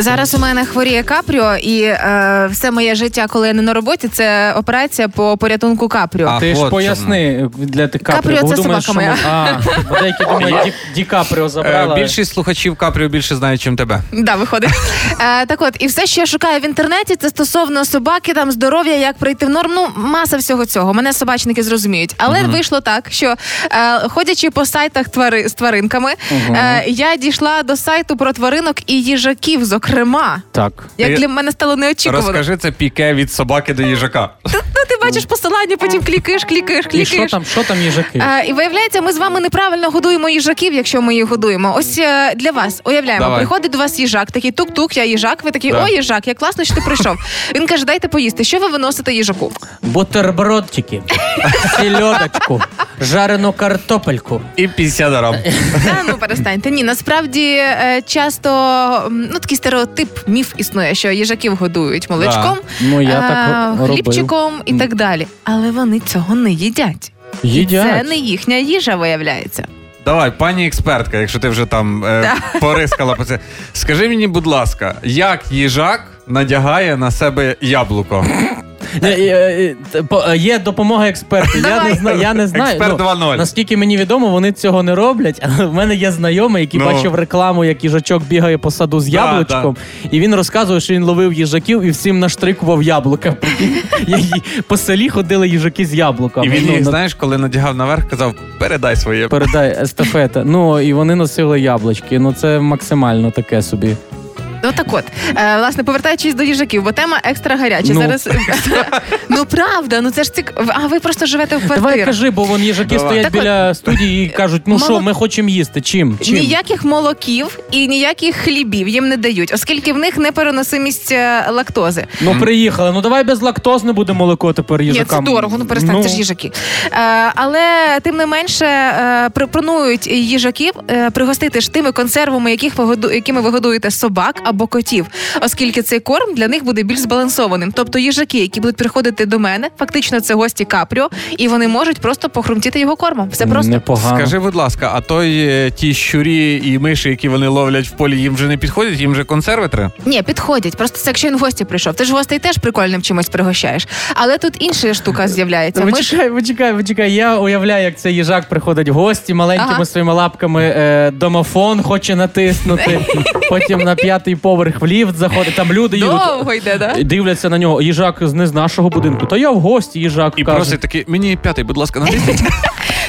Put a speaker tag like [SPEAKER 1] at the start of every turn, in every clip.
[SPEAKER 1] Зараз у мене хворіє капріо, і е, все моє життя, коли я не на роботі, це операція по порятунку капріо.
[SPEAKER 2] А,
[SPEAKER 3] Ти
[SPEAKER 2] от
[SPEAKER 3] ж
[SPEAKER 2] чому.
[SPEAKER 3] поясни для ти
[SPEAKER 1] Капріо
[SPEAKER 3] Капріо, бо
[SPEAKER 1] це
[SPEAKER 3] думаєш,
[SPEAKER 1] собака
[SPEAKER 3] що ми- А, бо деякі думають, Ді, Ді Капріо
[SPEAKER 2] Е,
[SPEAKER 3] забрала.
[SPEAKER 2] більшість слухачів Капріо більше знають, чим тебе.
[SPEAKER 1] Да, виходить. Е, так от, і все, що я шукаю в інтернеті, це стосовно собаки, там здоров'я, як прийти в норму. Ну, маса всього цього. Мене собачники зрозуміють. Але вийшло так, що е, ходячи по сайтах твари, з тваринками, е, я дійшла до сайту про тваринок і їжаків, зокрема.
[SPEAKER 3] Так.
[SPEAKER 1] Як
[SPEAKER 2] Ти
[SPEAKER 1] для мене стало неочікувано.
[SPEAKER 2] Розкажи це піке від собаки до їжака.
[SPEAKER 1] Ну, ти бачиш посилання, потім клікиш, клікиш,
[SPEAKER 3] І що
[SPEAKER 1] клікиш.
[SPEAKER 3] там, що там їжаки?
[SPEAKER 1] А, Е, і виявляється, ми з вами неправильно годуємо їжаків, якщо ми їх годуємо. Ось е, для вас уявляємо,
[SPEAKER 2] Давай.
[SPEAKER 1] приходить до вас їжак, такий тук-тук, я їжак. Ви такий,
[SPEAKER 2] Да.
[SPEAKER 1] о, їжак, як класно, що ти прийшов. Він каже, дайте поїсти. Що ви виносите їжаку?
[SPEAKER 3] Бутербродчики, сільодочку, жарену картопельку.
[SPEAKER 2] І 50 дарам.
[SPEAKER 1] Та ну перестаньте. Ні, насправді е, часто м, ну такий стереотип, міф існує, що їжаків годують молочком,
[SPEAKER 3] Ну, я
[SPEAKER 1] е,
[SPEAKER 3] так робив.
[SPEAKER 1] хлібчиком і так далі. Але вони цього не їдять. Це
[SPEAKER 3] Їдять.
[SPEAKER 1] не їхня їжа, виявляється.
[SPEAKER 2] Давай, пані експертка, якщо ти вже там е, порискала по це. Скажи мені, будь ласка, як їжак надягає на себе яблуко?
[SPEAKER 3] Е, е, е, т- по- е, Є допомога експерту. Я
[SPEAKER 1] Давай.
[SPEAKER 3] не знаю. Я не знаю.
[SPEAKER 2] Експерт
[SPEAKER 3] Ну,
[SPEAKER 2] 2.0.
[SPEAKER 3] Наскільки мені відомо, вони цього не роблять. Але в мене є знайомий, який
[SPEAKER 2] Ну.
[SPEAKER 3] бачив рекламу, як їжачок бігає по саду з
[SPEAKER 2] Да,
[SPEAKER 3] яблучком, і він розказує, що він ловив їжаків і всім наштрикував яблука. Їй- По селі ходили їжаки з яблуками.
[SPEAKER 2] І він
[SPEAKER 3] Ну,
[SPEAKER 2] їх,
[SPEAKER 3] на-
[SPEAKER 2] знаєш, коли надягав наверх, казав: передай своє.
[SPEAKER 3] Передай естафета. Ну і вони носили яблучки. Ну це максимально таке собі.
[SPEAKER 1] Ну так от, е, власне, повертаючись до їжаків, бо тема екстра гаряча.
[SPEAKER 3] Ну.
[SPEAKER 1] Зараз ну правда, ну це ж цік... А ви просто живете в
[SPEAKER 3] Давай
[SPEAKER 1] квартирі.
[SPEAKER 3] кажи, бо вон їжаки
[SPEAKER 2] Давай.
[SPEAKER 3] стоять
[SPEAKER 1] Так от,
[SPEAKER 3] біля студії і кажуть: ну
[SPEAKER 1] мало-
[SPEAKER 3] що, ми хочемо їсти. Чим? Чим?
[SPEAKER 1] Ніяких молоків і ніяких хлібів їм не дають, оскільки в них непереносимість е, лактози.
[SPEAKER 3] Ну приїхали. Ну давай без лактозне буде молоко тепер
[SPEAKER 1] Ні, це
[SPEAKER 3] їжакам.
[SPEAKER 1] дорого, ну перестань, це ж їжаки. Е, але тим не менше е, пропонують їжаків е, пригостити ж тими консервами, яких ви году- якими ви годуєте собак або котів, оскільки цей корм для них буде більш збалансованим. Тобто їжаки, які будуть приходити до мене, фактично це гості капріо, і вони можуть просто похрумтіти його кормом. Все просто.
[SPEAKER 3] Непогано.
[SPEAKER 2] Скажи, будь ласка, а той е, ті щурі і миші, які вони ловлять в полі, їм вже не підходять, їм вже консерватори?
[SPEAKER 1] Ні, підходять. Просто це якщо він в гості прийшов. Ти ж гостей теж прикольним чимось пригощаєш. Але тут інша штука з'являється. Ми ж
[SPEAKER 3] Вичекай, вичекай, вичекай. Я уявляю, як цей їжак приходить в гості маленькими
[SPEAKER 1] Ага.
[SPEAKER 3] своїми лапками е, домофон хоче натиснути. Потім на п'ятий поверх в ліфт заходить. Там люди їдуть,
[SPEAKER 1] довго йде, да?
[SPEAKER 3] е, дивляться на нього. Їжак з не з нашого будинку. Та я в гості, їжак
[SPEAKER 2] І
[SPEAKER 3] каже.
[SPEAKER 2] просить такий, мені п'ятий, будь ласка, натисніть.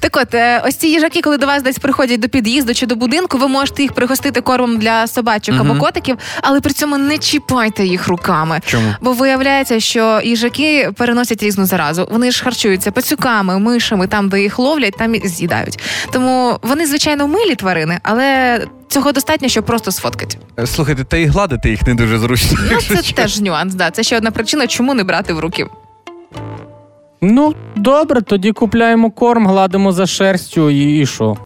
[SPEAKER 1] Так от, е, ось ці їжаки, коли до вас десь приходять до під'їзду чи до будинку, ви можете їх пригостити кормом для собачок або котиків, але при цьому не чіпайте їх руками.
[SPEAKER 2] Чому?
[SPEAKER 1] Бо виявляється, що їжаки переносять різну заразу. Вони ж харчуються пацюками, мишами, там, де їх ловлять, там і з'їдають. Тому вони, звичайно, милі тварини, але цього достатньо, щоб просто сфоткати.
[SPEAKER 2] Е, Слухайте, та і гладити їх не дуже зручно.
[SPEAKER 1] Ну,
[SPEAKER 2] якщо
[SPEAKER 1] це
[SPEAKER 2] чесно.
[SPEAKER 1] теж нюанс, да. Це ще одна причина, чому не брати в руки.
[SPEAKER 3] Ну добре, тоді купляємо корм, гладимо за шерстю і, і що?